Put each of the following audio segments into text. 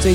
最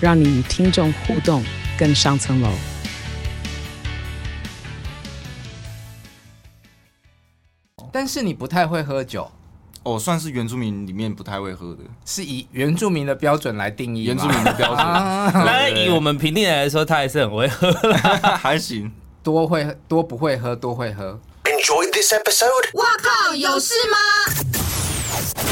让你与听众互动更上层楼。但是你不太会喝酒，哦，算是原住民里面不太会喝的，是以原住民的标准来定义吗。原住民的标 准， 那以我们评定来说，他还是很会喝。还行。多会多不会喝，多会喝。 Enjoyed this episode? 靠，有事吗？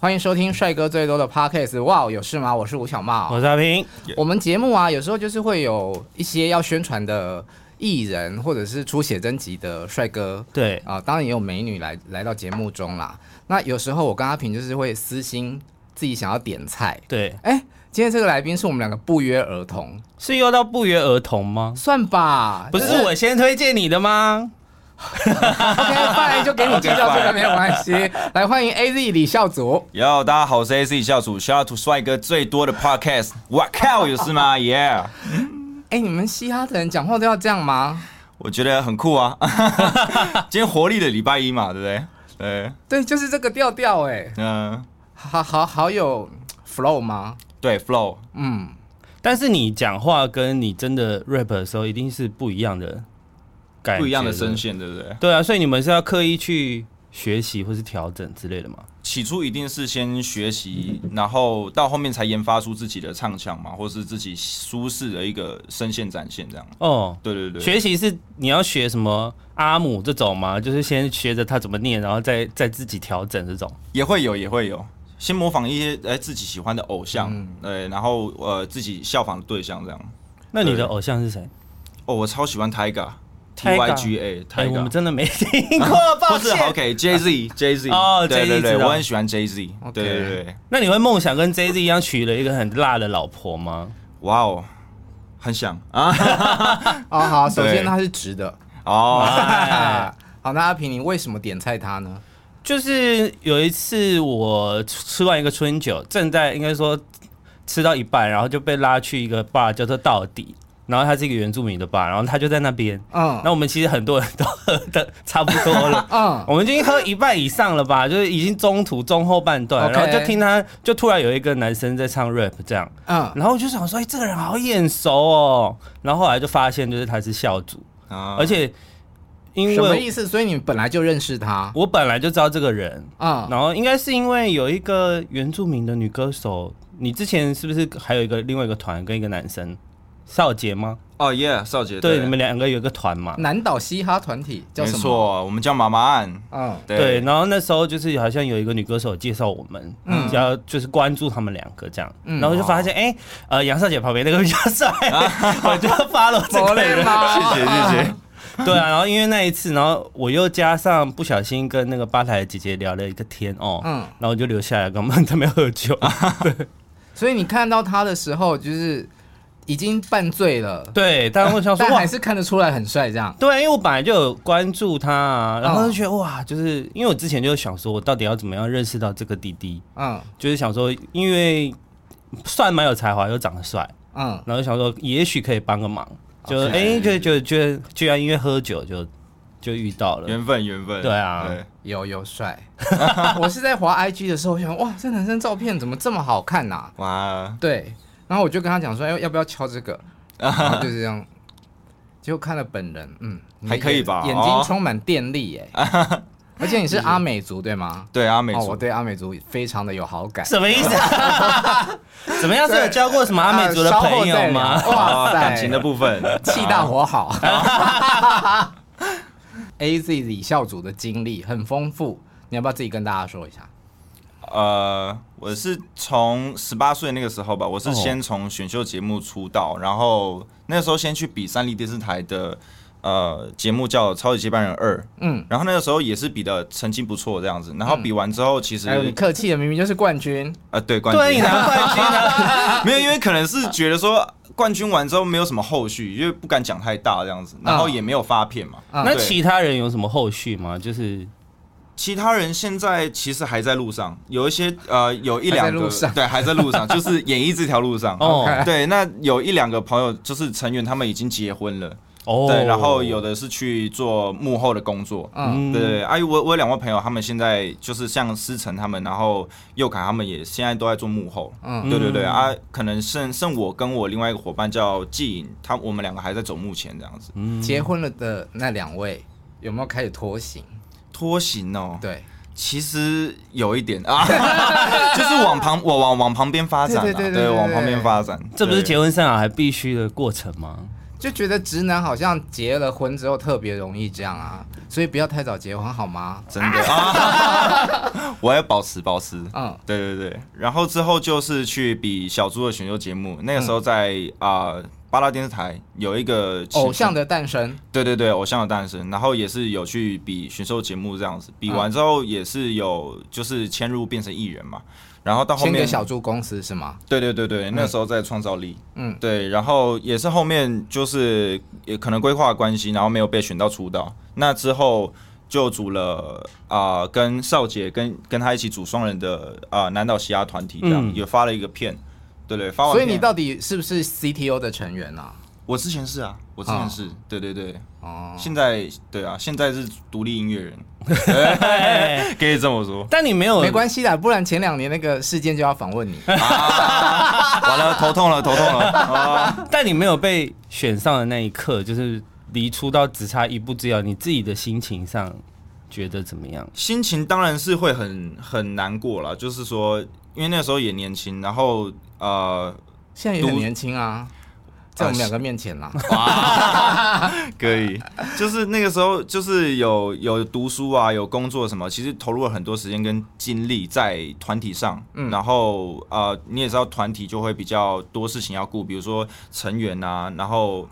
欢迎收听帅哥最多的 podcast。哇，有事吗？我是吴小茂我。是阿平，我们节目啊，有时候就是会有一些要宣传的艺人，或者是出写真集的帅哥。对啊，当然也有美女来来到节目中啦。那有时候我跟阿平就是会私心自己想要点菜。对，哎，今天这个来宾是我们两个不约而同，是又到不约而同吗？算吧，不是我先推荐你的吗？ OK fine 就给你介绍这个没有关 系。来，欢迎 AZ 李孝祖。哟，大家好，我是 AC 教主，shout out to 帅哥最多的 podcast。哇靠，有事吗？Yeah，哎、你们嘻哈的人讲话都要这样吗？我觉得很酷啊。 今天活力的礼拜一嘛，对不对？对，对，就是这个调调哎，嗯、好好好有 flow 吗？对，flow，嗯，但是你讲话跟你真的 rap 的时候，一定是不一样的感觉，不一样的声。线，对不对？对啊，所以你们是要刻意去学习或是调整之类的吗？起初一定是先学习，然后到后面才研发出自己的唱腔嘛，或是自己舒适的一个声线展现，这样。哦，对对对，学习是你要学什么阿姆这种吗？就是先学着他怎么念，然后再再自己调整这种。也会有，也会有。先模仿一些呃自己喜欢的偶像，嗯呃，然后呃自己效仿的对象这样。那你对的偶像是谁？哦，我超喜欢 Tiger，T Tyga Y G A 哎、我们 Tiger，真的没听过，抱 或是歉。 OK Jay Z Jay Z，哦对 Jay-Z 对对，知道我很喜欢 Jay Z， OK 对对对，那你会梦想跟 Jay Z 一样娶了一个很辣的老婆吗？哇哦，很 想啊哦好，首先对他是直的。哦，哎 好，那阿平，你为什么点菜他呢？就是有一次我吃完一个春酒，正在应该说吃到一半，然后就被拉去一个 bar 叫做到底，然后它是一个原住民的 bar，然后他就在那边。嗯，那我们其实很多人都喝的差不多了嗯，我们已经喝一半以上了吧，就是已经中途中后半段 OK 然后就听他就突然有一个男生在唱 rap 这样，嗯，然后我就想说，哎、这个人好眼熟哦，然后后来就发现就是他是校主，啊而且因什么为意思？所以你本来就认识他？我本来就知道这个人，嗯，然后应该是因为有一个原住民的女歌手，你之前是不是还有一个另外一个团跟一个男生，少杰吗？哦 Yeah 少杰，对，你们两个有一个团嘛。嗯南岛嘻哈团体叫没什么？错，我们叫妈妈案，嗯，对，对，然后那时候就是好像有一个女歌手介绍我们，嗯，要就是关注他们两个这样，然后就发现哎、呃，杨少杰旁边那个比较帅， 我就 follow 这个人， 吗？谢谢谢谢， 对啊，然后因为那一次，然后我又加上不小心跟那个吧台的姐姐聊了一个天哦，嗯啊然后我就留下来，跟他们他们喝酒，所以你看到他的时候，就是已经犯罪了，对， 但我想说但哇还，是看得出来很帅这样。对，因为我本来就有关注他啊，然嗯后就觉得、哇，就是因为我之前就想说，我到底要怎么样认识到这个弟弟，嗯就是想说，因为算蛮有才华，又长得帅，嗯，然后想说也许可以帮个忙，就哦哎、就就就居然因为喝酒就就遇到了，缘分缘分，对啊对有有帅。 我是在滑 IG 的时候，我想哇，这男生照片怎么这么好看呐、哇，对，然后我就跟他讲说，哎，要不要敲这个？然后就是这样，结果看了本人，嗯，你的还可以眼吧眼哦睛充满电力耶、 而且你是阿美族对吗？对阿美哦，我族，对阿美族非常的有好感。 什么意思、啊？怎么样？是有交过什么阿美族的啊朋友？稍吗？后再聊哇 哦塞，感情的部分，气大我 好。A Z 李孝祖的经历很丰富，你要不要自己跟大家说一下？呃，我是从十八岁那个时候吧，我是哦先从选秀节目出道，然后那时候先去比三立电视台的。呃节目叫《超级接班人二》，嗯，然后那个时候也是比的成绩不错这样子，然后比完之后其实、哎呦，你客气了，明明就是冠军。呃对冠军，对，你拿冠军了，啊 没有，因为可能是觉得说冠军完之后没有什么后续，因为不敢讲太大这样子，然后也没有发片嘛。嗯那对其他人有什么后续吗？就是其他人现在其实还在路上，有一些呃有一还两在路个上对还在路上，就是演艺这条 路上。哦对，那有一两个朋友就是成员，他们已经结婚了，哦，对，然后有的是去做幕后的工作，嗯，对对，哎、我我有两位朋友，他们现在就是像思成他们，然后佑凯他们也现在都在做幕后。嗯嗯，对对对啊，可能剩剩我跟我另外一个伙伴叫季颖，他我们两个还在走幕前这样子。结婚了的那两位有没有开始拖行？拖行哦，对，其实有一点啊， 就是往旁我往往旁边发展、啊，对对对对对往旁边发展。这不是对结婚生小孩必须的过程吗？就觉得直男好像结了婚之后特别容易这样啊，所以不要太早结婚好吗？真的啊，我要保持保持。嗯，对对对，然后之后就是去比小猪的选秀节目，那个时候在啊、呃八大电视台有一个偶像，的诞生，对对对，偶像的诞生，然后也是有去比选秀节目这样子，比完之后也是有就是迁入变成艺人嘛，然后到后先给面小猪公司是吗？对对对对，那时候在创造力，嗯对，然后也是后面就是也可能规划的关系，然后没有被选到出道，那之后就组了啊、跟少杰跟跟他一起组双人的啊、南岛西亚团体这样，嗯也发了一个片，对对，发完所以片你到底是不是 CTO 的成员啊？我之前是啊，我之前是，对对对，哦，现在对啊，现在是独立音 乐人，可以这么说。但你没有没关系啦，不然前两年那个事件就要访问你。完了，头痛了，头痛了。啊、但你没有被选上的那一刻，就是离出道只差一步之遥，你自己的心情上觉得怎么样？心情当然是会很很难过啦，就是说，因为那时候也年轻，然后呃，现在也很读年轻啊，在我们两个面前啦。哦可以，就是那个时候，就是有有读书啊，有工作什么，其实投入了很多时间跟精力在团体上。然后呃，你也知道，团体就会比较多事情要顾，比如说成员啊，然后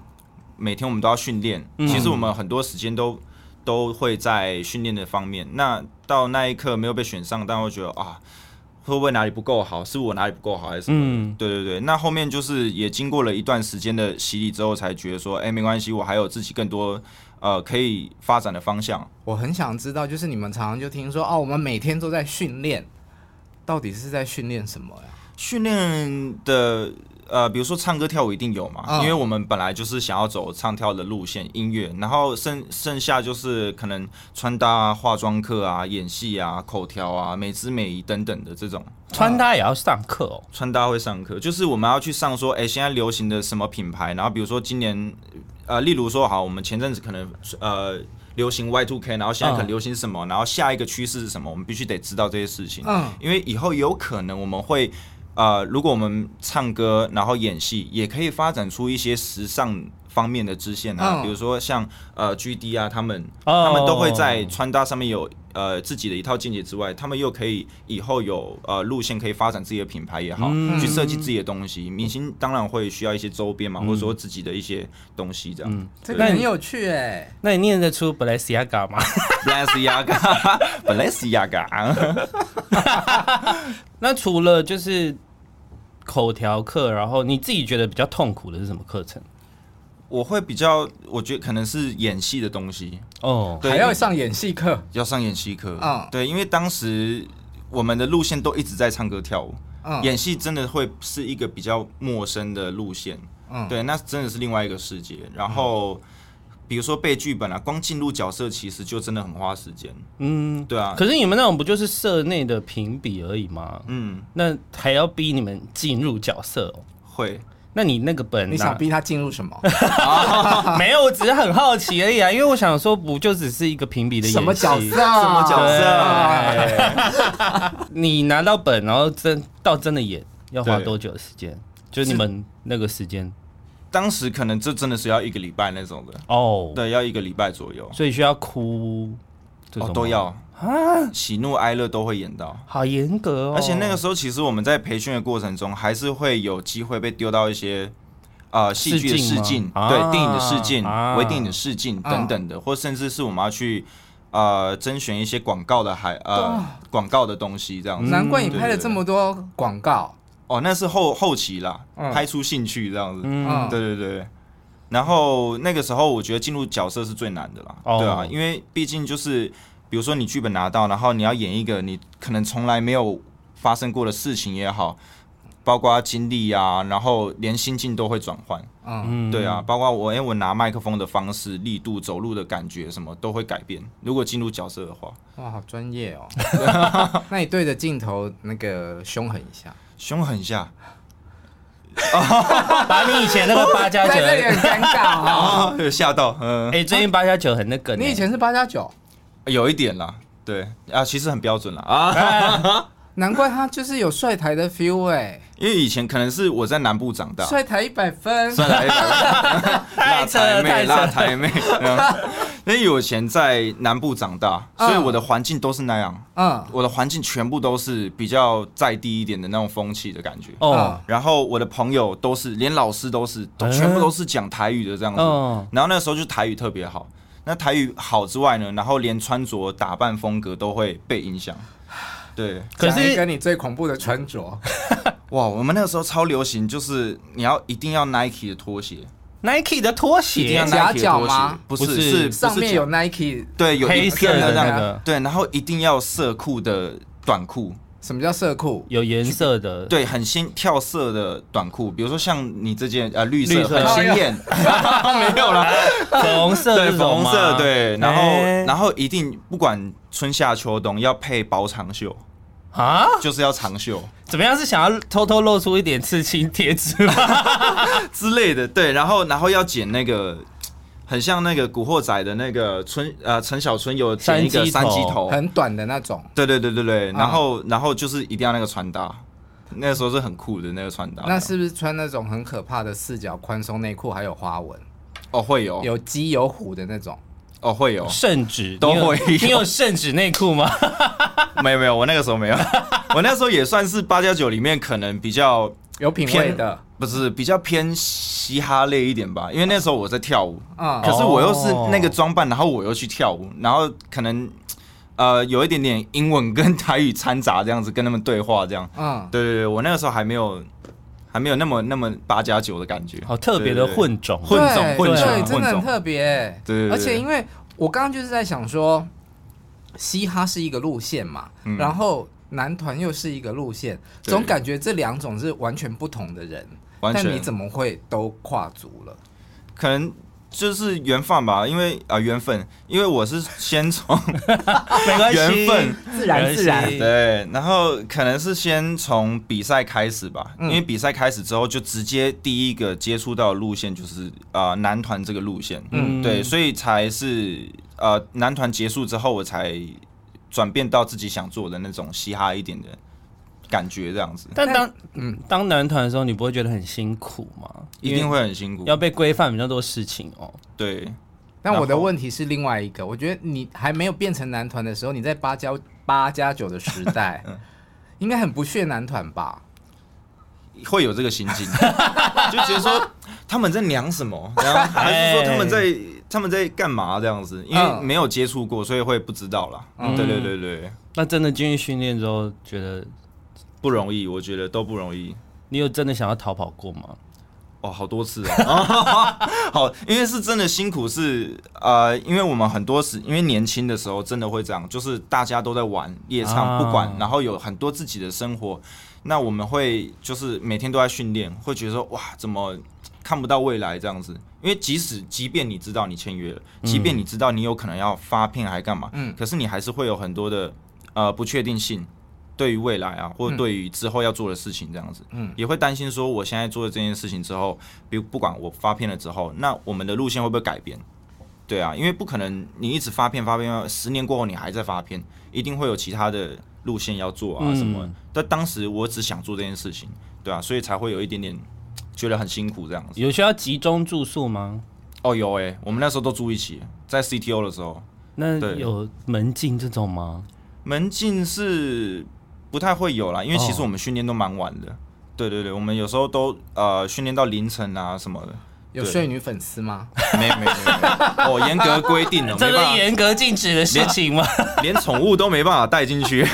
每天我们都要训练，其实我们很多时间都都会在训练的方面。那到那一刻没有被选上，但会觉得啊。会不会哪里不够好？是我哪里不够好，还是什么的？嗯对对对，那后面就是也经过了一段时间的洗礼之后，才觉得说，哎、没关系，我还有自己更多呃可以发展的方向。我很想知道，就是你们常常就听说哦，我们每天都在训练，到底是在训练什么呀？训练的呃，比如说唱歌跳舞一定有嘛，嗯因为我们本来就是想要走唱跳的路线，音乐，然后剩剩下就是可能穿搭啊、化妆课啊、演戏啊、口条啊、美姿美仪等等的这种。穿搭也要上课哦。穿搭会上课，就是我们要去上说，哎、现在流行的什么品牌，然后比如说今年，呃，例如说好，我们前阵子可能呃流行 Y two K，然后现在可能嗯流行什么，然后下一个趋势是什么，我们必须得知道这些事情，嗯因为以后有可能我们会。呃，如果我们唱歌，然后演戏，也可以发展出一些时尚方面的支线嗯啊，比如说像呃 G D 啊，他们哦他们都会在穿搭上面有呃自己的一套见解之外，他们又可以以后有呃路线可以发展自己的品牌也好，去设计自己的东西。明星当然会需要一些周边嘛，或者说自己的一些东西这样。这个那你很有趣哎、那你念得出 Balenciaga 吗？ Balenciaga，Balenciaga，那除了就是口条课，然后你自己觉得比较痛苦的是什么课程？我会比较，我觉得可能是演戏的东西，哦，对还要上演戏课，要上演戏课。嗯对，因为当时我们的路线都一直在唱歌跳舞，嗯演戏真的会是一个比较陌生的路线。嗯对，那真的是另外一个世界。然后。比如说背剧本啊，光进入角色其实就真的很花时间。嗯，对啊，可是你们那种不就是社内的评比而已吗？嗯，那还要逼你们进入角色哦？会。那你嗯那个本你拿想逼他进入什么？ 没有，我只是很好奇而已啊，因为我想说，不就只是一个评比的演戏什么角色？？什么角色你拿到本，然后真到真的演，要花对多久的时间？就是你们那个时间当时可能这真的是要一个礼拜那种的，哦，对，要一个礼拜左右，所以需要哭这哦种啊吗都要喜怒哀乐都会演到。好严格哦。而且那个时候，其实我们在培训的过程中，还是会有机会被丢到一些呃戏剧的试试镜镜，吗啊对电影的试镜、啊微电影的试镜等等的，或甚至是我们要去呃甄选一些广告的海呃广告的东西这样子。难怪你拍了嗯对这么多广告，哦，那是后后期啦，嗯拍出兴趣这样子。嗯，对对对。然后那个时候，我觉得进入角色是最难的啦，哦对啊，因为毕竟就是，比如说你剧本拿到，然后你要演一个你可能从来没有发生过的事情也好，包括经历啊，然后连心境都会转换，嗯，嗯对啊，，包括我，哎、我拿麦克风的方式、力度、走路的感觉什么都会改变。如果进入角色的话，哇，好专业哦。那你对着镜头那个凶狠一下，凶狠下，把你以前那个 八加 在九，这里很哎，尴尬哦。啊，有 吓到，嗯，最近八加九很那个 呢，你以前是八加九，有一点啦，对啊，其实很标准啦啊，难怪他就是有帅台的 feel 哎，因为以前可能是我在南部长大，帅台一百分，算了， 太辣扯了台太妹，扯了辣台妹。嗯因为我以前在南部长大，嗯所以我的环境都是那样，嗯，我的环境全部都是比较在地一点的那种风气的感觉。嗯哦然后我的朋友都是，连老师都是，都嗯全部都是讲台语的这样子。哦，然后那时候就台语特别好。那台语好之外呢，然后连穿着打扮风格都会被影响。对，可讲一是个你最恐怖的穿着，哇，我们那个时候超流行，就是你要一定要 Nike 的拖鞋， Nike 的拖一定鞋要夹 Nike 的脚拖鞋吗，不不是是 是上面有不是 Nike，脚对有黑一色片的这样那个对，然后一定要色裤的短裤，什么叫色裤？有颜色的，对，很新跳色的短裤，比如说像你这件呃绿色绿色很鲜艳，没有啦， 粉红色对 这粉种红吗色对，然后、哎然后一定不管春夏秋冬要配薄长袖，啊，就是要长袖。怎么样是想要偷偷露出一点刺青贴纸吗？之类的，对，然后然后要剪那个。很像那个《古惑仔》的那个春呃陈小春有剪一个三三鸡头级头，很短的那种，对对对对对，然后、然后就是一定要那个穿搭，那个时候是很酷的那个穿搭，那是不是穿那种很可怕的四角宽松内裤，还有花纹，哦会有有鸡有虎的那种？哦会有， 圣旨都你有会有你有圣旨内裤吗？没有没有，我那个时候没有，我那时候也算是八加九里面可能比较有品味的，不是比较偏嘻哈类一点吧，因为那时候我在跳舞，嗯可是我又是哦那个装扮，然后我又去跳舞，然后可能呃有一点点英文跟台语掺杂，这样子跟他们对话，这样。嗯，对对对，我那个时候还没有还没有那么那么八加九的感觉， 好特别的混种，啊混种对混种对，混真的很种特别。对对对而且因为我刚刚就是在想说，嘻哈是一个路线嘛，然后男团又是一个路线，嗯对总感觉这两种是完全不同的人。完但全你怎么会都跨足了？可能。就是缘分吧，因为啊、缘分，因为我是先从 没 关系，缘分自然没关系自然对，然后可能是先从比赛开始吧，嗯因为比赛开始之后就直接第一个接触到的路线就是啊男团这个路线，嗯嗯，对，所以才是呃男团结束之后我才转变到自己想做的那种嘻哈一点的感觉，这样子但当嗯当男团的时候，你不会觉得很辛苦吗？一定因为会很辛苦要，被规范比较多事情哦。对，但我的问题是另外一个，我觉得你还没有变成男团的时候，你在八加八加九的时代， 应该很不屑男团吧？会有这个心境， 就觉得说他们在娘什 么，然后还是说他们在哎他们在干嘛这样子，因为嗯没有接触过，所以会不知道啦。嗯对对对对，那真的进去训练之后，觉得不容易，我觉得都不容易。你有真的想要逃跑过吗？哦，好多次哦， 好，因为是真的辛苦是，呃，因为我们很多时，因为年轻的时候真的会这样，就是大家都在玩夜啊唱，不管，然后有很多自己的生活，那我们会就是每天都在训练，会觉得说哇，怎么看不到未来这样子？因为即使即便你知道你签约了，即便你知道你有可能要发片还干嘛，嗯可是你还是会有很多的呃不确定性。对于未来啊，或者对于之后要做的事情，这样子，嗯也会担心说，我现在做了这件事情之后，比如不管我发片了之后，那我们的路线会不会改变？对啊，因为不可能你一直发片发片，十年过后你还在发片，一定会有其他的路线要做啊嗯什么的。但当时我只想做这件事情，对啊，所以才会有一点点觉得很辛苦这样子。有需要集中住宿吗？哦，有诶、我们那时候都住一起，在 CTO 的时候，那对有门禁这种吗？门禁是不太会有啦，因为其实哦我们训练都蛮晚的。对对对，我们有时候都呃训练到凌晨啊什么的，有对睡女粉丝吗？没没没没， 哦，严格规定的，这没是办严格禁止的事情吗？法，连宠物都没办法带进 去。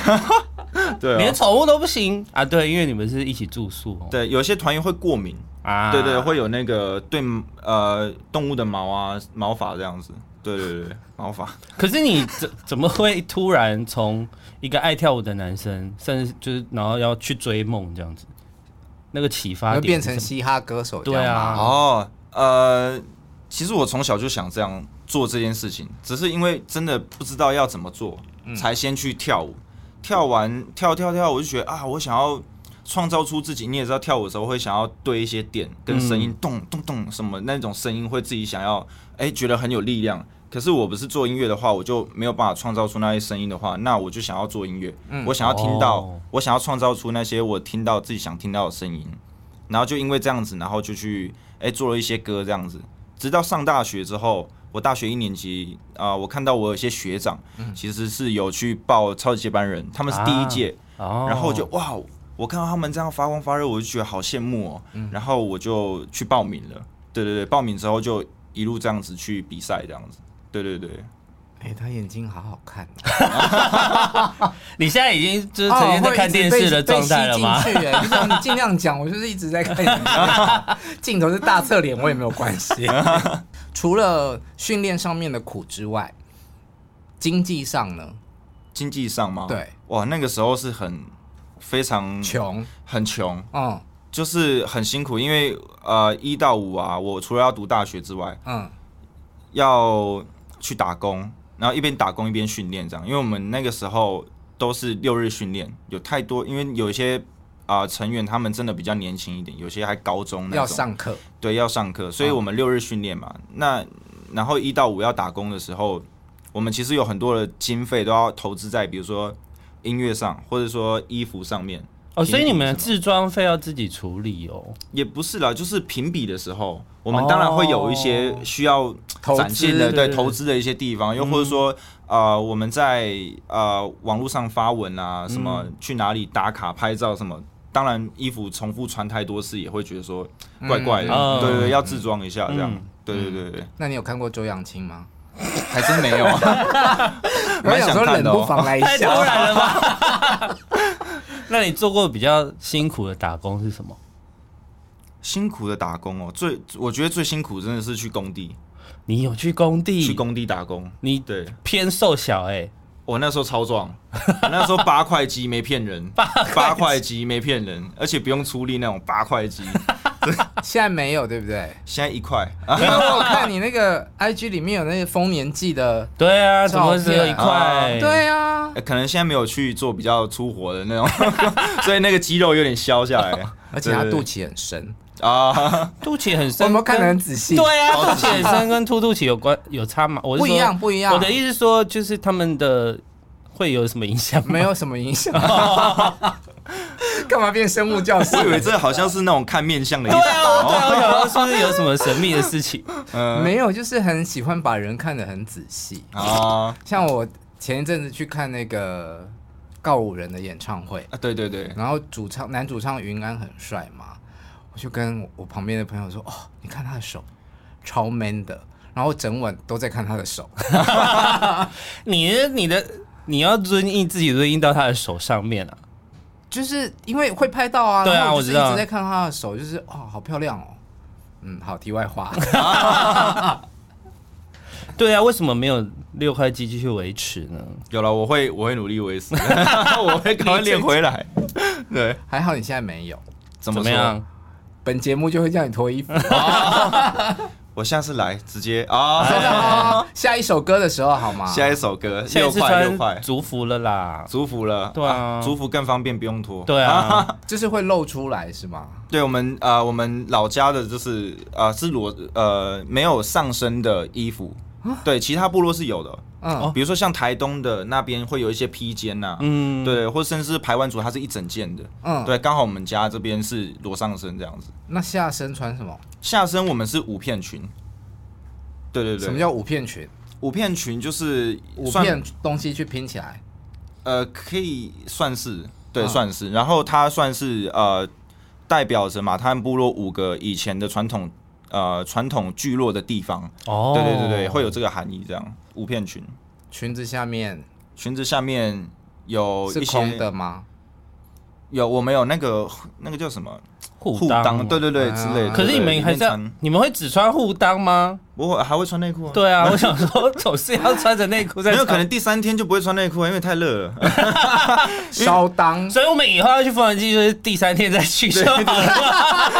对、连啊，宠物都不行啊？对，因为你们是一起住宿哦。对，有些团员会过敏，啊，对对，会有那个对呃动物的毛啊毛发这样子，对对对，毛发。可是你怎 怎么会突然从一个爱跳舞的男生，甚至就是然后要去追梦这样子？那个启发你会点变是成什么嘻哈歌手这对样啊吗？哦，呃，其实我从小就想这样做这件事情，只是因为真的不知道要怎么做，才先去跳舞。跳完跳跳跳，我就觉得啊，我想要创造出自己。你也知道，跳舞的时候会想要对一些点跟声音，咚咚咚什么那种声音，会自己想要哎、觉得很有力量。可是我不是做音乐的话，我就没有办法创造出那些声音的话，那我就想要做音乐，我想要听到，哦我想要创造出那些我听到自己想听到的声音。然后就因为这样子，然后就去哎、做了一些歌这样子。直到上大学之后，我大学一年级啊、我看到我有一些学长、嗯其实是有去报超级接班人，他们是第一届，啊哦，然后我就哇，我看到他们这样发光发热，我就觉得好羡慕哦。嗯然后我就去报名了，对对对，报名之后就一路这样子去比赛这样子，对对对，哎，他眼睛好好看哦，你现在已经就是哦曾经在会一看直电被视的状态了吗？被吸进去哎，就是你尽量讲，我就是一直在看你的镜头，镜头是大侧脸，我也没有关 系。除了训练上面的苦之外，经济上呢，经济上嘛，对，哇，那个时候是很非常穷，很穷，嗯就是很辛苦，因为呃一到五啊，我除了要读大学之外，嗯，要去打工，然后一边打工一边训练这样，因为我们那个时候都是六日训练，有太多，因为有一些啊、呃成员他们真的比较年轻一点，有些还高中那种，要上课，哦对要上课，所以我们六日训练嘛，那然后一到五要打工的时候，我们其实有很多的经费都要投资在，比如说音乐上，或者说衣服上面，哦，所以你们的自装费要自己处理哦。也不是啦，就是评比的时候，我们当然会有一些需要投展现的资对对投资的一些地方，又或者说呃我们在呃网络上发文啊，什么去哪里打卡拍照什么，当然衣服重复穿太多次也会觉得说怪怪嗯的，对对对，要自装一下这样嗯，对对对对，那你有看过周扬青吗？还真没有， 我蛮想想说看冷的不哦。防来 一太突下，然了吧？那你做过比较辛苦的打工是什么？辛苦的打工哦，最我觉得最辛苦真的是去工地，你有去工地？去工地打工，你对。偏瘦小哎、我那时候超壮， 我那时候八块肌没骗人，八八块肌没骗人，而且不用出力那种八块肌，现在没有，对不对？现在一块啊，因为我有看你那个 IG 里面有那个丰年祭的，对啊，怎么会只有一照片块？对啊，可能现在没有去做比较粗活的那种， 所以那个肌肉有点消下来，而且他对肚脐很深，啊， 肚脐很我深，有没有看得跟很仔细？对啊，肚脐很深跟凸肚脐有关有差吗？我是不一说样，不一样。我的意思是说，就是他们的会有什么影响吗？没有什么影响。干嘛变生物教师 我？以为这好像是那种看面相的意对思，啊，我对啊，我想说是不是有什么神秘的事情？嗯没有，就是很喜欢把人看得很仔细。啊像我前一阵子去看那个告五人的演唱会，啊，对对对，然后主唱男主唱云安很帅嘛，我就跟我旁边的朋友说：“哦，你看他的手，超 man 的。”然后整晚都在看他的手，你你的你要遵义自己遵义到他的手上面啊。就是因为会拍到啊。对啊然后就是我知道一直在看他的手，就是哦，好漂亮哦。嗯，好，题外话。 对啊，为什么没有六块肌继续维持呢？有了，我会我会努力维持，我会赶快练回来，对，还好你现在没有。怎怎么么说？样？本节目就会叫你脱 衣服。我下次来直接啊，啊下一首歌的时候好吗？ 下一首歌下一六次块六穿块，族服了 啦。族服了，对啊族服更方便，不用脱，对啊，就是会露出来是吗？对我们呃，我们老家的就是呃是裸呃没有上身的衣服，对，其他部落是有的，嗯啊哦，比如说像台东的那边会有一些披肩呐、嗯，对，或甚至是排湾族它是一整件的，嗯对，刚好我们家这边是裸上身这样子，那下身穿什么？下身我们是五片裙，对对对，什么叫五片裙？五片裙？就是五算片东西去拼起来。呃，可以算是啊嗯对，算是。然后它算是呃代表着马他们部落五个以前的传统呃传统聚落的地方。哦，对对对对，会有这个含义。这样五片裙，裙子下面裙子下面有是哦一空些的吗？有我们有那个那个叫什么护裤裆，对对。对对啊之类的。可是你对们还里面是要穿，你们会只穿护裆吗？我会还会穿内裤啊。对啊， 我想说总是要穿着内裤在没有场可能，第三天就不会穿内裤，啊因为太热了。烧裆所以我们以后要去缝纫机，就是第三天再去就好了。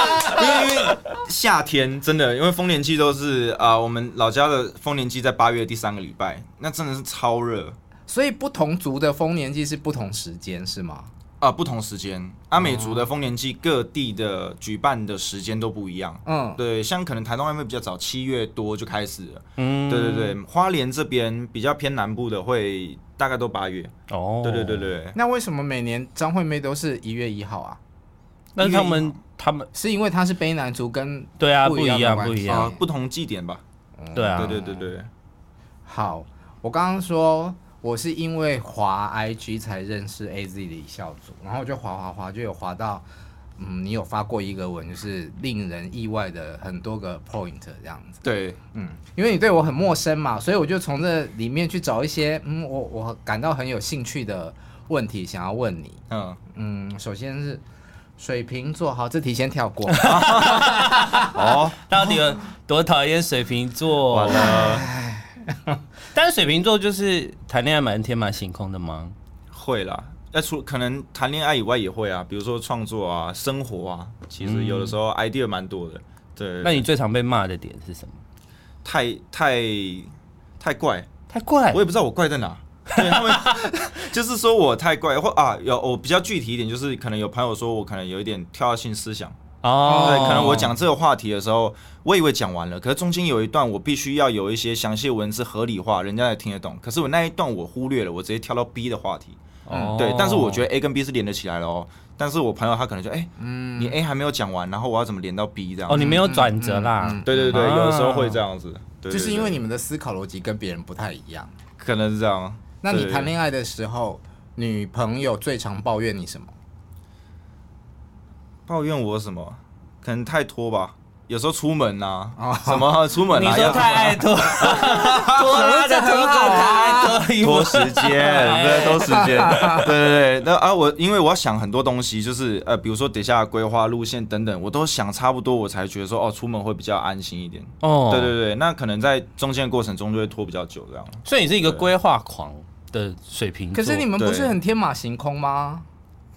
因为因为夏天真的，因为丰年期都是啊、我们老家的丰年期在八月第三个礼拜，那真的是超热所以不同族的丰年祭是不同时间是吗？啊、不同时间，阿美族的丰年期各地的举办的时间都不一样。嗯，对，像可能台东那边比较早，七月多就开始了。嗯，对对对，花莲这边比较偏南部的会大概都八月。哦，对对对，对，那为什么每年张惠妹都是一月一号啊？那因为他们他们是因为她是卑南族跟对啊，不不一一样的样关不系一啊、样，不同祭典吧。对啊对，对对对，好，我刚刚说我是因为滑 IG 才认识 AZ 李孝祖，然后我就滑滑滑，就有滑到，嗯，你有发过一个文，就是令人意外的很多个 point 这样子，对，嗯，因为你对我很陌生嘛，所以我就从这里面去找一些，嗯，我我感到很有兴趣的问题想要问你，嗯，嗯，首先是水瓶座，好，这题先跳 过，哦，到底有多讨厌水瓶座完？了， 但是水瓶座就是谈恋爱蛮天马行空的吗？会啦。那除可能谈恋爱以外也会啊，比如说创作啊、生活啊，其实有的时候 idea 蛮多的。对，嗯那你最常被骂的点是什么？太太太怪，太怪我也不知道我怪在哪。 对他们 就是说我太怪，或啊有我比较具体一点，就是可能有朋友说我可能有一点跳跃性思想。哦，对，可能我讲这个话题的时候，我以为讲完了，可是中间有一段我必须要有一些详细的文字合理化，人家才听得懂。可是我那一段我忽略了，我直接跳到 B 的话题。哦对，但是我觉得 A 跟 B 是连得起来的哦。但是我朋友他可能就哎、你 A 还没有讲完，然后我要怎么连到 B 这样？哦，你没有转嗯折嗯啦嗯，对对对，啊有的时候会这样子，对就是因为对你们的思考逻辑跟别人不太一样。对可能是这样。那你对谈恋爱的时候，女朋友最常抱怨你什么？抱怨我什么？可能太拖吧，有时候出门呐、什 么出门你啊，说要太 爱拖拖拉的拖拖太爱拖衣拖服，时 间，哎对，拖时间，对对对。那啊，我因为我要想很多东西，就是呃，比如说等一下规划路线等等，我都想差不多，我才觉得说哦，出门会比较安心一点。哦对对对，那可能在中间的过程中就会拖比较久这样。所以你是一个规划狂的水瓶可座，是你们不是对很天马行空吗？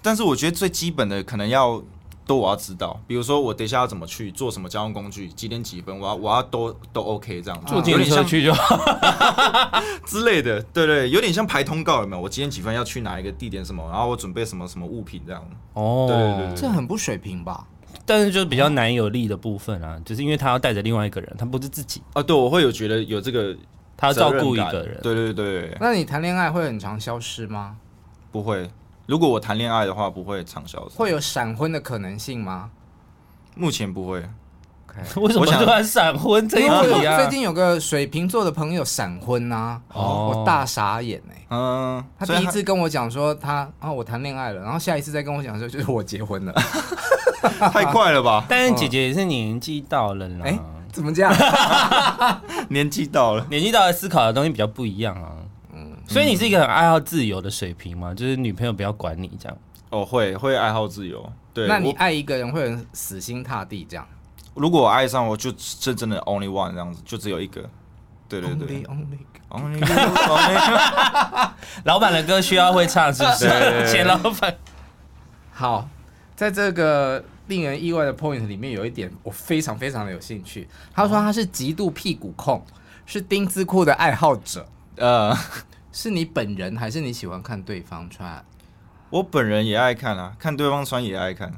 但是我觉得最基本的可能要都我要知道，比如说我等一下要怎么去，坐什么交通工具，几点几分，我要我要都都 OK 这样子，坐啊有进点车像去就好。之类的，对对，有点像排通告有没有？我几点几分要去哪一个地点什么，然后我准备什么什么物品这样。哦，对对对对这很不水平吧？但是就比较难有力的部分啊，就是因为他要带着另外一个人，他不是自己，啊，对，我会有觉得有这个他要照顾一责任感个人。对对对，那你谈恋爱会很常消失吗？不会。如果我谈恋爱的话，不会畅销。会有闪婚的可能性吗目前不会。 ？OK， 为什么我想突然闪婚这一因为我题有啊？最近有个水瓶座的朋友闪婚呐、啊，哦我大傻眼哎、嗯，他所以第一次跟我讲说他啊我谈恋爱了，然后下一次再跟我讲说就是我结婚啊了，太快了吧？但是姐姐也是年纪到了啦， 哎怎么这样？年纪到了，年纪到了思考的东西比较不一样啊。嗯，所以你是一个很爱好自由的水平嘛，就是女朋友不要管你这样。哦，会会爱好自由。对，那你我爱一个人会很死心塌地这样如果我爱上，我就真正的 only one 这样子，就只有一个。对对对 Only, only ，only one，only- 老板的歌需要会唱是不是？ 前老板好，在这个令人意外的 point 里面，有一点我非常非常的有兴趣。他说他是极度屁股控，是丁字裤的爱好者。 呃，是你本人还是你喜欢看对方 穿？我本人也爱看啊，看对方穿也爱 看。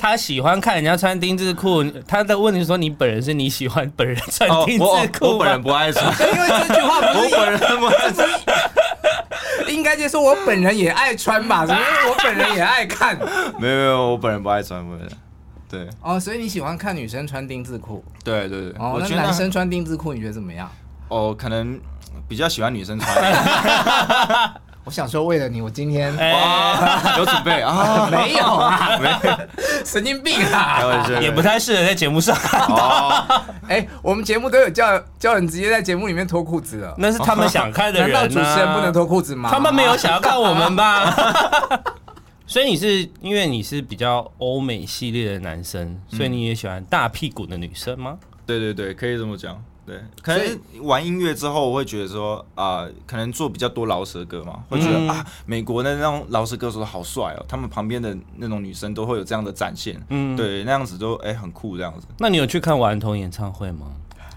他喜欢看人家穿丁字裤，他的问题是说你本人是你喜欢本人穿哦，丁字我裤吗、我本人不爱穿， 因为这句话不我本人不爱穿。是应该接说，我本人也爱穿吧？怎么会我本人也爱看？没有没有，我本人不爱穿，本人。对哦，所以你喜欢看女生穿丁字裤？对对对，哦我，那觉得男生穿丁字裤你觉得怎么样？哦，可能比较喜欢女生穿。我想说，为了你，我今天，哎，啊， 有准备啊没有啊，没 神经病啊！开玩笑，也不太适合在节 目上，哦，哎、我们节目都有叫叫人直接在节目里面脱裤子了，那是他们想看的难人道啊。主持人不能脱裤子吗？ 他们没有想要看我 们吧？所以你是因为你是比较欧美系列的男生，所以你也喜欢大屁股的女生吗？对对对，可以这么讲。对，可所能玩音乐之后，我会觉得说啊、可能做比较多饶舌歌嘛，会觉嗯得、啊，美国的那种饶舌歌手都好帅哦，他们旁边的那种女生都会有这样的展现，嗯，。对，那样子都哎、很酷这样子。那你有去看顽童演唱会吗？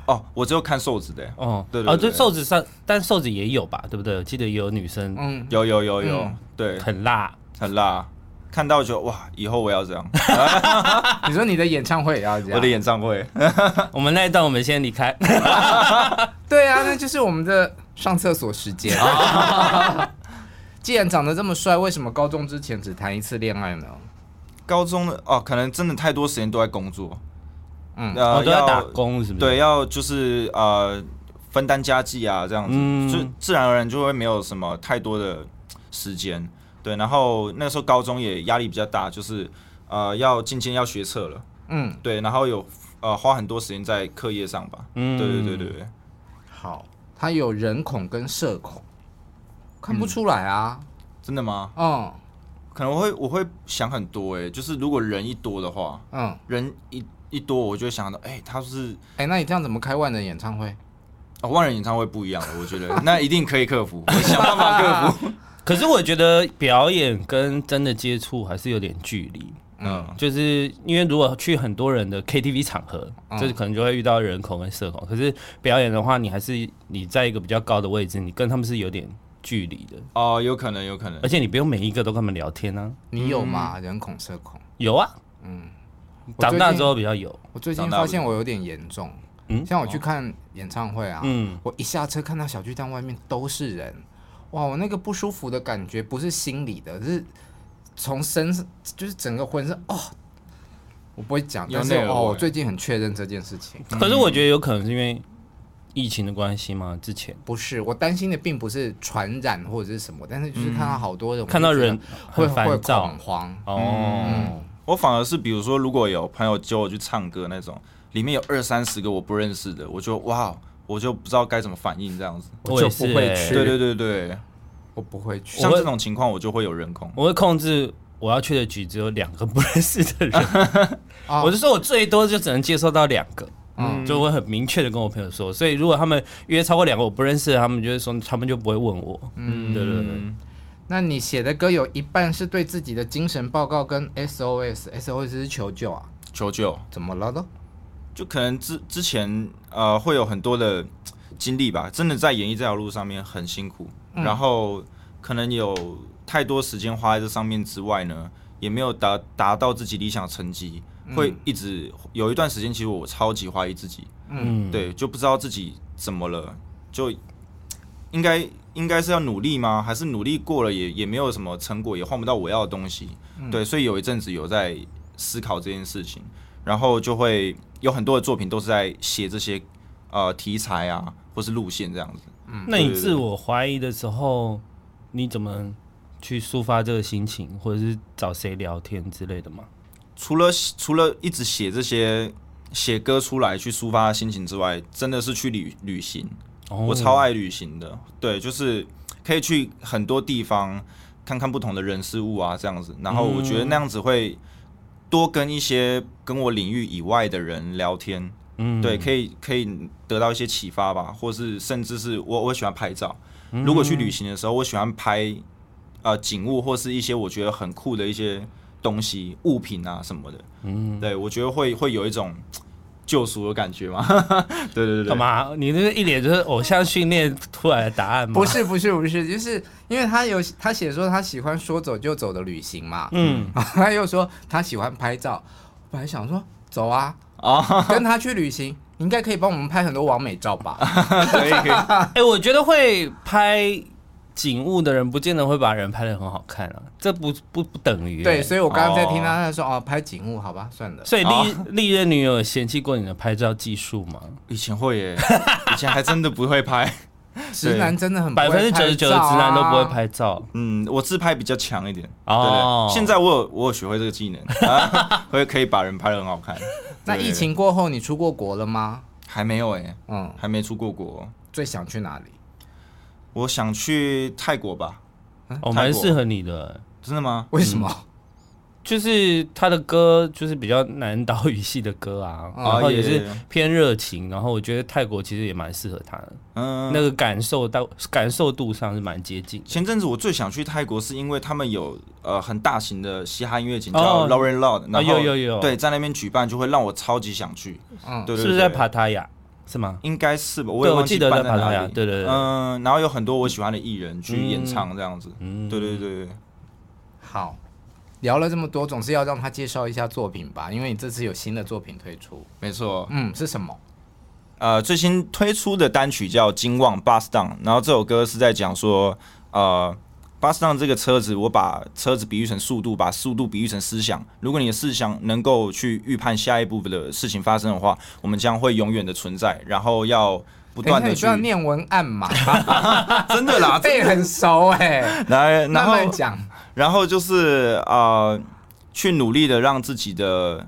哦，我只有看瘦子的、哦，对对哦，对对，瘦子上，但瘦子也有吧，对不对？我记得也有女生嗯，有有有有，嗯对，很辣，很辣，看到就哇，以后我要 这样， 你说你的演唱会也要这样？我的演唱会，我们那一段我们先离开。对啊，那就是我们的上厕所时 间。啊既然长得这么帅，为什么高中之前只谈一次恋爱呢？高中的哦，可能真的太多时间都在工作，嗯呃 我都要打工，是不是？对，，要就是呃分担家计啊，这样子，嗯就自然而然就会没有什么太多的时间。对，然后那时候高中也压力比较大，就是呃要进阶要学测了，嗯，对，然后有呃花很多时间在课业上吧。嗯对对对对对，好，他有人孔跟社恐，看不出来啊。真的吗？嗯可能我会我会想很多哎、就是如果人一多的话，嗯，哎、人一一多，我就会想到哎、他是。那你这样怎么开万人演唱会？哦，万人演唱会不一样的，我觉得那一定可以克服，我想办法克服。可是我觉得表演跟真的接触还是有点距离，嗯，就是因为如果去很多人的 KTV 场合，嗯就是可能就会遇到人口跟社恐。可是表演的话，你还是你在一个比较高的位置，你跟他们是有点距离的，哦，有可能，有可能而。且你不用每一个都跟他们聊天啊。你有吗？人孔社恐？有啊，嗯，我最长大近之后比较有，我最近长大发不现是我有点严重，嗯像我去看演唱会啊，嗯，我一下车看到小巨蛋外面都是人，哇，我那个不舒服的感觉不是心里的，是从身上，就是整个浑身哦。我不会讲，有但是内耳哦，味我欸最近很确认这件事情。可是我觉得有可能是因为疫情的关系嘛，之前不是，我担心的并不是传染或者是什么，但是就是看到好多人，嗯看到人我就觉得会很会烦躁恐慌。哦，我反而是，比如说，如果有朋友揪我去唱歌那种，里面有二三十个我不认识的，我就哇，我就不知道该怎么反应这样子。我我就也不是会欸去，对对对对，我不会去。像这种情况我就会有人控。我会控制我要去的局只有两个不认识的人，啊我就说我最多就只能接受到两个。嗯嗯，就会很明确的跟我朋友说，所以如果他们约超过两个我不认识的，他们就会说，他们就不会问我。嗯，对对对，那你写的歌有一半是对自己的精神报告跟 SOS，SOS 是求救啊？求救，怎么了都？就可能之之前呃会有很多的嘖经历吧，真的在演艺这条路上面很辛苦，然后可能有太多时间花在这上面之外呢，也没有达达到自己理想的成绩，会一直有一段时间，其实我超级怀疑自己，嗯，对，就不知道自己怎么了，就应该应该是要努力吗？还是努力过了也也没有什么成果，也换不到我要的东西？对，所以有一阵子有在思考这件事情，然后就会有很多的作品都是在写这些呃题材啊，或是路线这样子。那你自我怀疑的时候，你怎么去抒发这个心情，或者是找谁聊天之类的吗？除了除了一直写这些写歌出来去抒发心情之外，真的是去旅旅行。哦我超爱旅行的，对，就是可以去很多地方看看不同的人事物啊，这样子。然后我觉得嗯那样子会多跟一些跟我领域以外的人聊天，嗯对，可以可以得到一些启发吧，或是甚至是我我喜欢拍照。嗯如果去旅行的时候，我喜欢拍呃景物或是一些我觉得很酷的一些东西、物品啊什么的。嗯，对我觉得会会有一种救赎的感觉嘛。 对对对对 干，嘛？你那个一脸就是偶像训练出来的答案吗？不，是不是不是，就是因为他有他写说他喜欢说走就走的旅行嘛，嗯， 他又说他喜欢拍照，我本来想说走啊，哦 跟他去旅行，你应该可以帮我们拍很多完美照 吧？可以可以。哎、我觉得会拍景物的人，不见得会把人拍的很好看啊，这不不不等于欸、对，所以我刚刚在哦听他他说哦拍景物好吧，算了，所以历哦历任女友有嫌弃过你的拍照技术吗？ 以前会耶，以前还真的不会拍， 直男真的很不百会分之九十九的直男都不会拍照啊。拍照。嗯，我自拍比较强一点。哦对，现在我有我有学会这个技 能，啊会、可以把人拍的很好看。那对疫情过后，你出过国了吗？还没有哎、嗯，还没出过国。最想去哪里？我想去泰国吧，哦，泰国蛮适合你的，真的吗？为什么？就是他的歌就是比较南岛语系的歌啊，哦然后也也是偏热情，然后我觉得泰国其实也蛮适合他的，嗯，那个感受到感受度上是蛮接近的。前阵子我最想去泰国，是因为他们有呃很大型的嘻哈音乐节哦叫 Lauren Loud，然后有有有对在那边举办，就会让我超级想去。嗯对对对，是不是在帕塔亚？是吗？应该是吧，我对也我忘记记得办在在帕塔哪亚里对对对对嗯，然后有很多我喜欢的艺人去演唱这样子，嗯，对对对对， 好，聊了这么多，总是要让他介绍一下作品吧，因为你这次有新的作品推出。没错。嗯，是什么？呃，最新推出的单曲叫《金旺 Bus Down》，然后这首歌是在讲说，呃，Bus Down 这个车子，我把车子比喻成速度，把速度比喻成思想。如果你的思想能够去预判下一步的事情发生的话，我们将会永远的存在，然后要不等一断下，哎的你去不要，念文案嘛， 真的啦， 背很熟哎。来，然慢后慢讲，然后就是呃，去努力的让自己的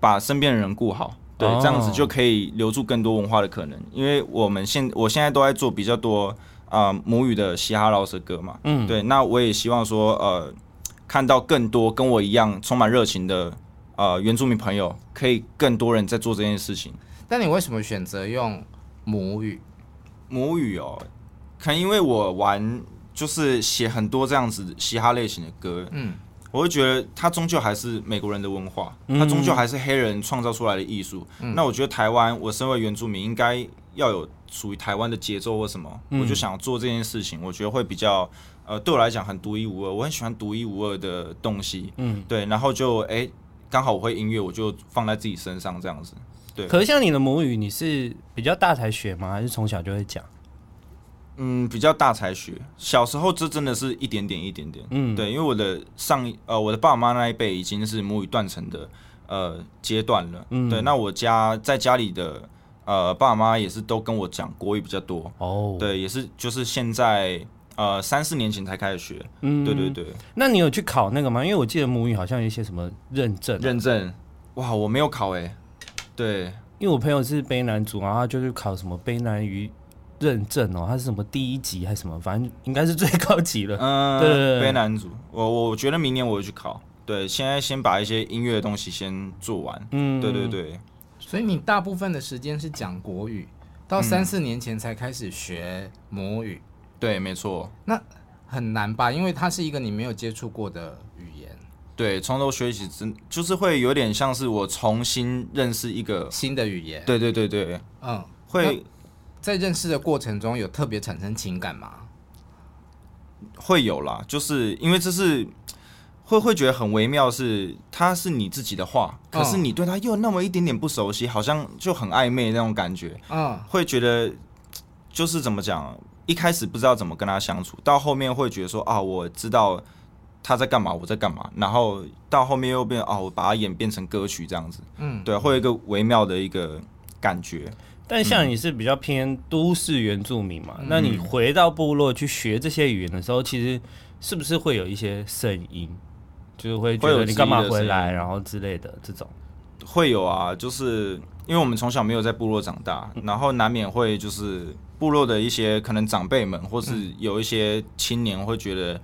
把身边的人顾好，对，哦这样子就可以留住更多文化的可能。因为我们现我现在都在做比较多啊母语的嘻哈饶舌歌嘛，嗯，对，那我也希望说呃，看到更多跟我一样充满热情的呃原住民朋友，可以更多人在做这件事情。但你为什么选择用母语？母语哦，可能因为我玩就是写很多这样子嘻哈类型的歌，嗯，我会觉得它终究还是美国人的文化，嗯它终究还是黑人创造出来的艺术。那我觉得台湾，我身为原住民，应该要有属于台湾的节奏或什么，嗯我就想做这件事情，我觉得会比较。呃，对我来讲很独一无二，我很喜欢独一无二的东西，嗯，对，然后就哎，刚好我会音乐，我就放在自己身上这样子，对，可是像你的母语，你是比较大才学吗？还是从小就会讲？嗯，比较大才学。小时候这真的是一点点一点点，嗯，对，因为我的上一呃我的爸妈那一辈已经是母语断层的呃阶段了，嗯对，那我家在家里的呃爸妈也是都跟我讲国语比较多，哦，，对，也是就是现在呃三四年前才开始学，嗯对对。对，那你有去考那个吗？因为我记得母语好像有一些什么认证啊，认证，哇，我没有考哎、对，因为我朋友是卑南族，然后他就去考什么卑南语认证哦，他是什么第一级还是什么，反正应该是最高级 了。嗯、对对对卑南族，我我觉得明年我会去考，对，现在先把一些音乐的东西先做完，嗯，对对。对，所以你大部分的时间是讲国语，嗯到三四年前才开始学母语，对，没错。很难吧？因为它是一个你没有接触过的语言，对，从头学习真就是会有点像是我重新认识一个，新的语言。，对对对对，嗯，会在认识的过程中有特别产生情感吗？会有啦，就是因为这是会会觉得很微妙是，它是你自己的话，可是嗯你对它又那么一点点不熟悉，好像就很暧昧那种感觉，嗯，会觉得就是怎么讲，一开始不知道怎么跟他相处，到后面会觉得说啊，我知道他在干嘛，我在干嘛，然后到后面又变啊，我把它演变成歌曲这样子，嗯，对，啊会有一个微妙的一个感觉。但像你是比较偏都市原住民嘛，嗯那你回到部落去学这些语言的时候，其实是不是会有一些声音，就是会觉会有得质疑你干嘛的回声来，音然后之类的这种。会有啊，就是因为我们从小没有在部落长大，嗯然后难免会就是部落的一些可能长辈们，或是有一些青年会觉得，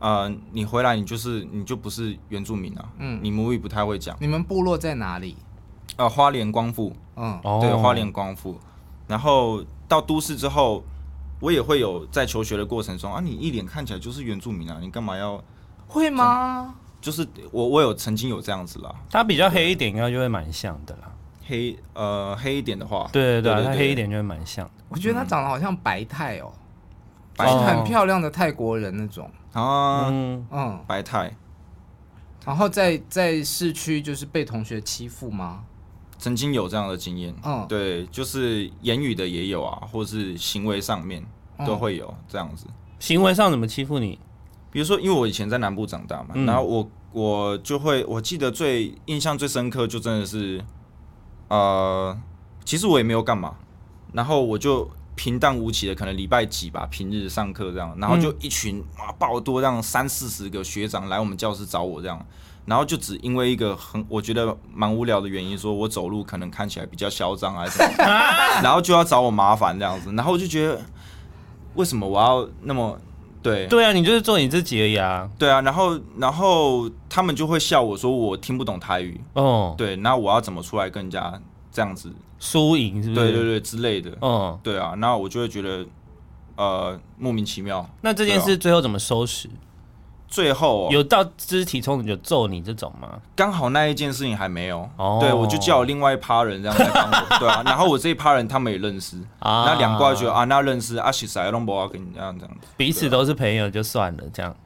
呃，你回来你就是你就不是原住民啊，嗯你母语不太会讲，你们部落在哪里？呃，花莲光复，嗯，哦对，花莲光复，然后到都市之后，我也会有在求学的过程中啊，你一脸看起来就是原住民啊，你干嘛要？会吗？就是我我有曾经有这样子啦，它比较黑一点，应该就会蛮像的啦。黑呃黑一点的话，对对对对啊，对它对黑一点就会蛮像的。我觉得他长得好像白泰哦，白就是哦很漂亮的泰国人那种。啊，嗯，嗯，白太然后在在市区就是被同学欺负吗？曾经有这样的经验，嗯对，就是言语的也有啊，或是行为上面嗯都会有这样子。行为上怎么欺负你？比如说，因为我以前在南部长大嘛，嗯然后我我就会，我记得最印象最深刻就真的是，呃，其实我也没有干嘛，然后我就平淡无奇的，可能礼拜几吧，平日上课这样，然后就一群哇爆多这样三四十个学长来我们教室找我这样，然后就只因为一个很我觉得蛮无聊的原因，说我走路可能看起来比较嚣张啊还是什么，然后就要找我麻烦这样子，然后我就觉得为什么我要那么对对啊，你就是做你自己而已啊。对啊，然后然后他们就会笑我说我听不懂台语，哦，对，那我要怎么出来跟人家这样子，输赢是不是？对对对之类的，哦，对啊，那我就会觉得呃莫名其妙。那这件事最后怎么收拾？最后、啊哦、有到肢体冲突就揍你这种吗？刚好那一件事情还没有，哦对我就叫我另外一趴人这样来帮 我，对啊，然后我这一趴人他们也认识，啊那两挂觉得啊那认识啊其实还弄不要跟你这样这样子，彼此都是朋友就算了，这样。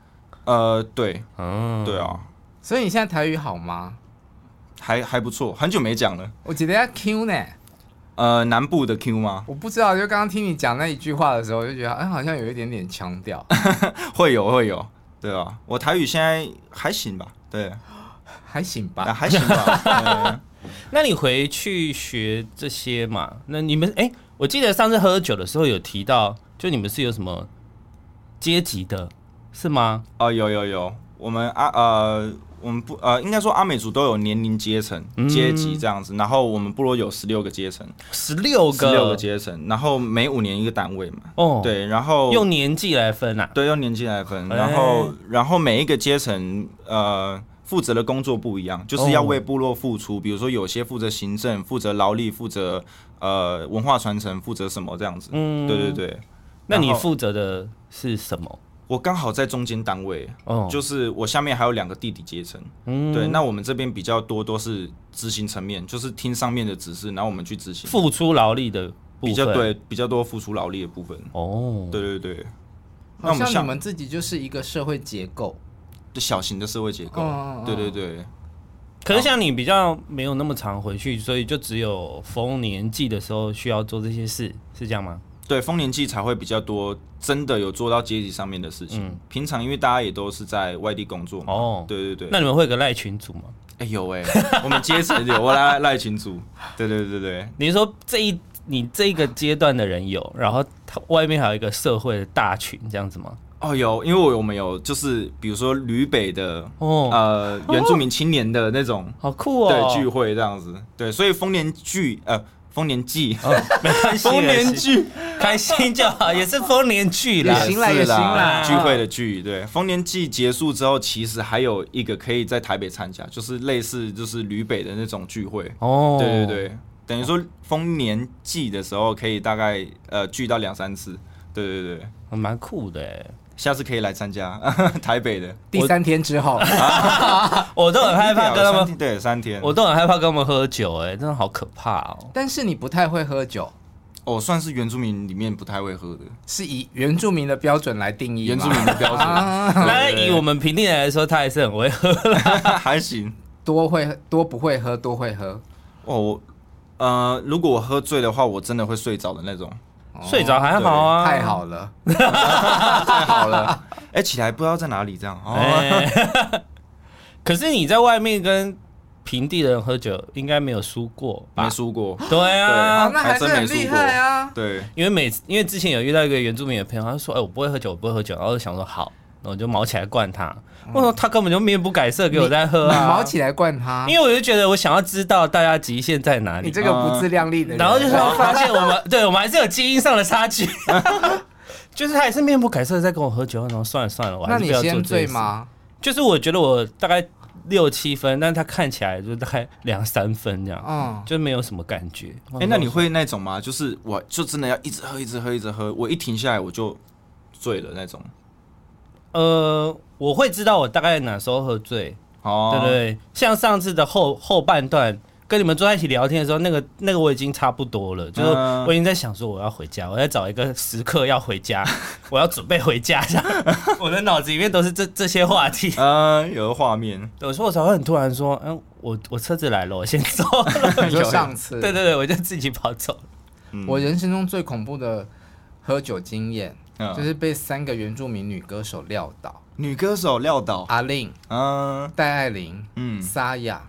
呃对嗯，对啊，所以你现在台语好吗？还还不错，很久没讲了。我觉得要 Q 呢，呃，南部的 Q 吗？我不知道，就刚刚听你讲那一句话的时候，我就觉得哎、好像有一点点腔调。会有会有，对啊，我台语现在还行吧，对，啊还行啊、吧。还行吧。嗯那你回去学这些嘛？那你们哎、我记得上次喝酒的时候有提到，就你们是有什么阶级的，是吗？哦，有有有，我们阿、呃，我们部呃，应该说阿美族都有年龄阶层、嗯阶级这样子，然后我们部落有十六个阶层，十六十个，六个阶层，然后每五年一个单位嘛，哦，，对，然后用年纪来分啊。对用年纪来分，哎然后、然后每一个阶层呃。负责的工作不一样，哦就是要为部落付出。比如说，有些负责行政，负责劳力，负责呃文化传承，负责什么这样子。嗯对对对，那你然后负责的是什么？我刚好在中间单位，哦，就是我下面还有两个弟弟阶层，嗯对，那我们这边比较多都是执行层面，就是听上面的指示，然后我们去执行，付出劳力的部分。比较，对比较多付出劳力的部分，哦，对对对，那好我们像像你们自己就是一个社会结构，就小型的社会结构，哦嗯嗯嗯对对对，可是像你比较没有那么常回去，所以就只有逢年祭的时候需要做这些事，是这样吗？对丰年祭才会比较多，真的有做到阶级上面的事情。嗯平常因为大家也都是在外地工作嘛，哦对对那对，你们会有个赖群组吗？哎有哎、我们阶层有，我来赖群主，对对对对，你是说这一你这个阶段的人有，然后他外面还有一个社会的大群这样子吗？哦有，因为我们有就是比如说吕北的。哦，呃，原住民青年的那种好酷哦！对聚会这样子，对，所以丰年聚呃丰年祭， 哦，没关系，丰 年没聚关系开心就好，也是丰年聚啦也。行啦是也行啦聚会的聚，对，丰年祭结束之后，其实还有一个可以在台北参加，就是类似就是吕北的那种聚会，哦，对对，对，等于说丰年祭的时候可以大概呃聚到两三次，对对对，蛮酷的欸。下次可以来参加 台北的，第三天之后，我都很害怕跟他三们，天对三天，我我都很害怕跟他们喝酒，哎，真的好可怕 哦。但是你不太会喝酒，哦我算是原住民里面不太会喝的， 是以原住民的标准来定义吗啊原住民的标准，那以我们平地人来说，他还是很会喝。还行。多会多不会喝，多会喝，哦，我呃，如果我喝醉的话，我真的会睡着的那种。哦睡着还好啊，太。好 了。太好了，哎、起来不知道在哪里这样。哦，哎， 可是你在外面跟平地人喝酒，应该没有输 过吧没？输过。对啊哦，，那还是很厉害啊！对，因为每次因为之前有遇到一个原住民的朋友，他说：“哎，我不会喝酒，我不会喝酒。”然后我就想说好，然后我就毛起来灌他。我说他根本就面不改色给我在喝嗯你啊毛，起来灌他，因为我就觉得我想要知道大家极限在哪你里。这个不自量力的人。嗯然后就是我发现我 们对我们还是有基因上的差距，就是他也是面不改色在跟我喝酒，然后算了算了，我那还是你不要做先这件醉事？吗？就是我觉得我大概六七分，但是他看起来就大概两三分这样，嗯，就没有什么感觉。哦哎、那你会那种吗？就是我就真的要一直喝，一直喝，一直喝，我一停下来我就醉了那种。呃，我会知道我大概哪时候喝醉，哦，对不对？像上次的后后半段。跟你们坐在一起聊天的时候，那个那个我已经差不多了，就是嗯我已经在想说我要回家，我在找一个时刻要回 家，我要准备回家。这样我的脑子里面都是这这些话题。呃，有个画面，有时候我才会很突然说，嗯，我我车子来了，我先走 了。你说上次，对对对，我就自己跑走了。嗯我人生中最恐怖的喝酒经验，嗯就是被三个原住民女歌手撂倒：女歌手廖导，阿令、嗯戴爱玲、嗯，沙雅，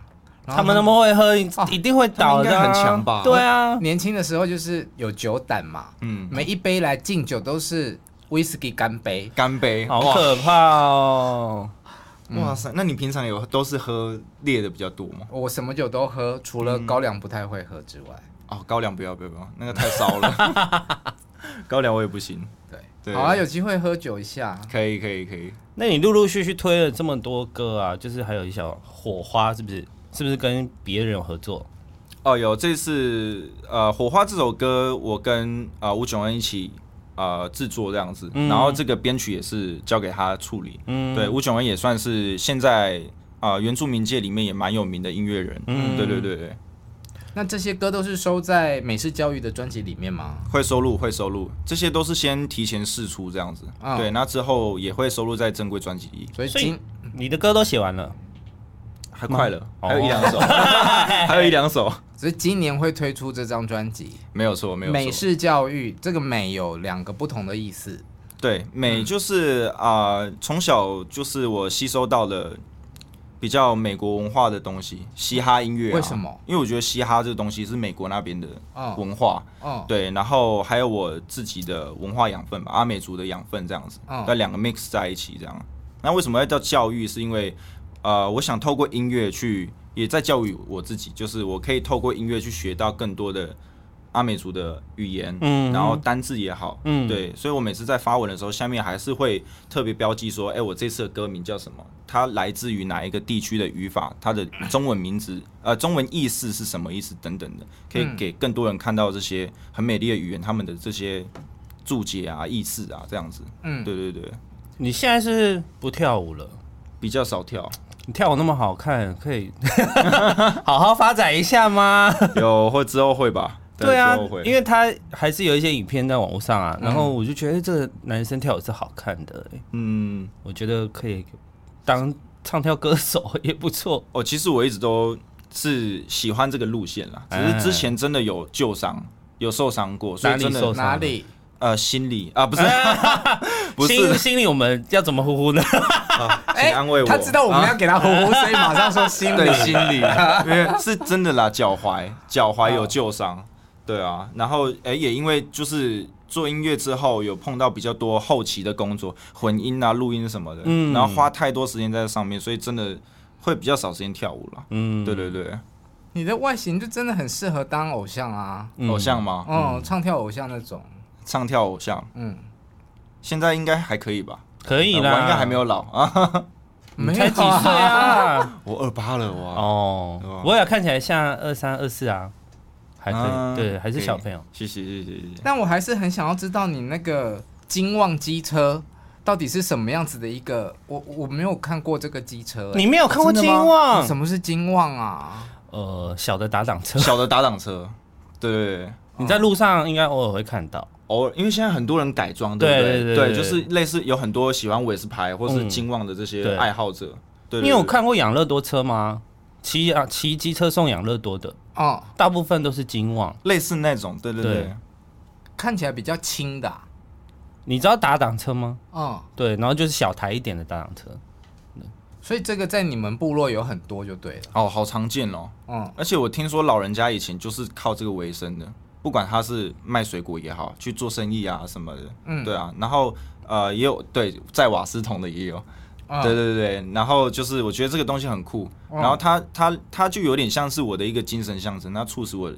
然后他们那么会喝，哦一定会倒的、他啊，们应该很强吧对啊，年轻的时候就是有酒胆嘛，嗯，每一杯来敬酒都是 whisky 干杯，干杯，好哇可怕哦！哇塞！那你平常有都是喝烈的比较多吗？我什么酒都喝，除嗯了高粱不太会喝之外，哦，高粱不要不要不要，那个太骚了，高粱我也不行。对，对好啊，有机会喝酒一下，可以可以可以，那你陆陆续续推了这么多歌啊，就是还有一小火花，是不是？是不是跟别人有合作？哦，有这次呃，《火花》这首歌，我跟呃吴炯恩一起呃制作这样子，嗯然后这个编曲也是交给他处理。嗯，对，吴炯恩也算是现在呃原住民界里面也蛮有名的音乐人。嗯对对对对，那这些歌都是收在美式教育的专辑里面吗？会收录会收录，这些都是先提前试出这样子。啊嗯对，那之后也会收录在正规专辑里，所以所以今你的歌都写完了，还快了，嗯哦还有一两 首，还有一两首，所以今年会推出这张专辑。没有错没有错。美式教育这个美有两个不同的意思，对，嗯美就是啊，呃从、小就是我吸收到了比较美国文化的东西，嘻哈音乐、啊。为什么？因为我觉得嘻哈这个东西是美国那边的嗯文化，嗯，对，然后还有我自己的文化养分吧，阿美族的养分这样子嗯，那、两个 mix 在一起这样。那为什么要叫教育？是因为呃，我想透过音乐去也在教育我自己，就是我可以透过音乐去学到更多的阿美族的语言，嗯然后单字也好，嗯对，所以我每次在发文的时候，下面还是会特别标记说，哎、我这次的歌名叫什么？它来自于哪一个地区的语法？它的中文名字，呃，中文意思是什么意思？等等的，可以嗯给更多人看到这些很美丽的语言，他们的这些注解啊、意思啊，这样子。嗯对对对， 你现在是不跳舞了？比较少跳， 你跳舞那么好看，可以 好好发展一下吗？有或之后会吧？ 对啊之后会，因为他还是有一些影片在网络上啊，然后我就觉得这个男生跳舞是好看的、欸嗯，我觉得可以当唱跳歌手也不错。哦，其实我一直都是喜欢这个路线啦，只是之前真的有旧伤，有受伤过，所哎哪以里真的受伤哪里？呃，心理啊，不是， 不心是，心里我们要怎么呼呼呢？请安慰我。哎他知道我们要给他呼呼，所以马上说 心对里心理，因为是真的啦，脚踝脚踝有旧伤，对啊，然后哎、也因为就是做音乐之后有碰到比较多后期的工作，混音啊、录音什么的，嗯然后花太多时间在这上面，所以真的会比较少时间跳舞了。嗯，对对对，你的外形就真的很适合当偶像啊，嗯偶像吗？嗯，唱跳偶像那种，唱跳偶像，嗯，现在应该还可以吧？可以呃啦，我应该还没有老啊，你没才有几岁啊， 啊？我二八了哇，哦哇，我也看起来像二三二四啊，还可以，啊对，还是小朋友。，可以谢谢谢谢谢谢。但我还是很想要知道你那个金旺机车到底是什么样子的一个，我我没有看过这个机车、欸你没有看过真金的吗旺？什么是金旺啊？呃，小的打挡 车，小的打挡车，对，你在路上应该偶尔会看到。偶尔因为现在很多人改装，对不对对对对就是类似有很多喜欢韦斯牌或是嗯金旺的这些对爱好者，对，对你有，对看过养乐多车吗？骑啊骑机车送养乐多的，哦，大部分都是金旺。类似那种，对对对对，看起来比较轻的、啊，你知道打挡车吗？嗯，对，然后就是小台一点的打挡车。所以这个在你们部落有很多就对了，哦，好常见哦，嗯，而且我听说老人家以前就是靠这个为生的，不管他是卖水果也好，去做生意啊什么的，嗯对啊，然后呃也有对在瓦斯桶的也有，嗯对对对，然后就是我觉得这个东西很酷，然后它它它就有点像是我的一个精神象征，它促使我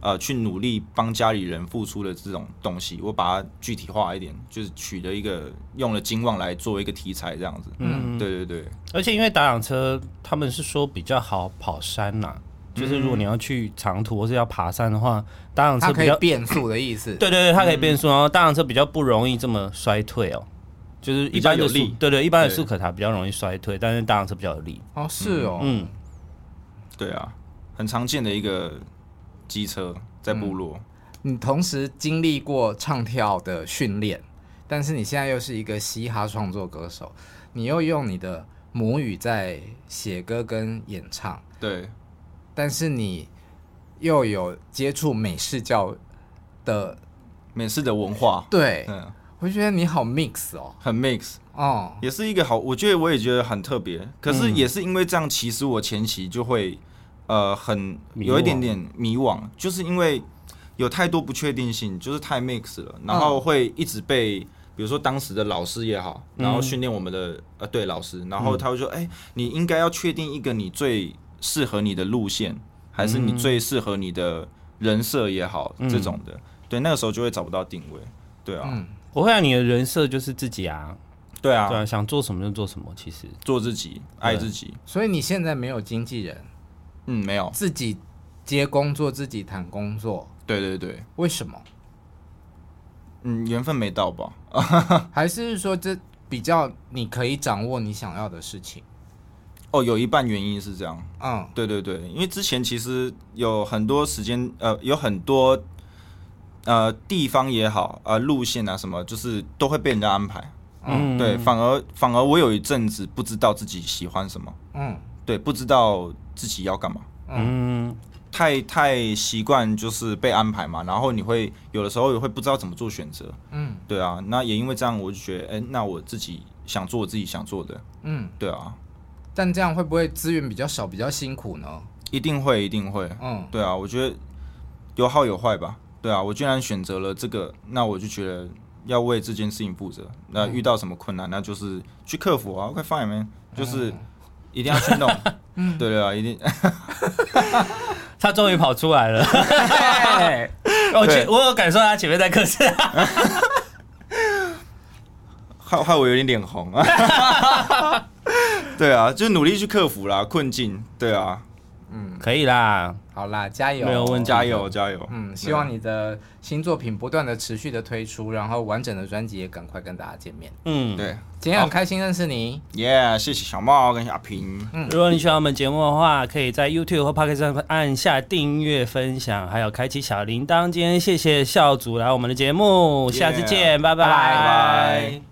呃去努力帮家里人付出的这种东西，我把它具体化一点，就是取了一个用了金旺来作为一个题材这样子，嗯，对对对，而且因为打挡车，他们是说比较好跑山啦、就是如果你要去长途或是要爬山的话，打挡它车可比以较，变速的意思，对对对，它可以变速，然后打挡车比较不容易这么衰退哦。就是比一般的较有速力，对对，一般的对速可塔比较容易衰退，但是打挡车比较有力。哦，是哦，嗯，对啊，很常见的一个机车在部落。你同时经历过唱跳的训练，但是你现在又是一个嘻哈创作歌手，你又用你的母语在写歌跟演唱，对，但是你又有接触美式教的，美式的文化，对嗯，我觉得你好 mix 哦，很 mix，哦，嗯也是一个好，我觉得我也觉得很特别。可是也是因为这样，其实我前期就会呃很迷有一点惘点迷惘，就是因为有太多不确定性，就是太 mix 了，然嗯后会一直被。比如说当时的老师也好，然嗯后训练我们的、呃对老师，然后他会说，哎、你应该要确定一个你最适合你的路线，还是嗯你最适合你的人设也好，这种的，对，那个时候就会找不到定位，对啊，我会让你的人设就是自己啊，对啊，嗯对啊，想做什么就做什么。其实做自己，爱自己，所以你现在没有经纪人，嗯，没有，自己接工作，自己谈工作，对对对，为什么？嗯，缘分没到吧？还是说这比较你可以掌握你想要的事情？哦，有一半原因是这样，嗯，对对对，因为之前其实有很多时间，呃，有很多呃地方也好，呃路线啊什么，就是都会被人家安排，嗯对，反而反而我有一阵子不知道自己喜欢什么，嗯对，不知道自己要干嘛，嗯，太太习惯就是被安排嘛，然后你会有的时候也会不知道怎么做选择，嗯对啊，那也因为这样，我就觉得，哎、那我自己想做我自己想做的，嗯，对啊，但这样会不会资源比较少，比较辛苦呢？一定会，一定会，嗯，对啊，我觉得有好有坏吧。对啊，我既然选择了这个，那我就觉得要为这件事情负责。嗯那遇到什么困难，那就是去克服啊，快 fine man，就是嗯一定要去 弄。对对啊，一定。他终于跑出来了。对，我对觉我有感受到他前面在嗑是害害我有点脸红 啊。对啊，就努力去克服啦，困境。对啊，可以啦，好啦，加油，没有问题加油加油。嗯，希望你的新作品不断的持续的推出，然后完整的专辑也赶快跟大家见面。嗯，对今天很开心认识你， ，Yeah，谢谢小茂跟阿平。如果你喜欢我们节目的话，可以在 YouTube 或 p o c k e t 上按下订阅、分享，还有开启小铃铛。今天谢谢校主来我们的节目，下次 Yeah 见，拜拜拜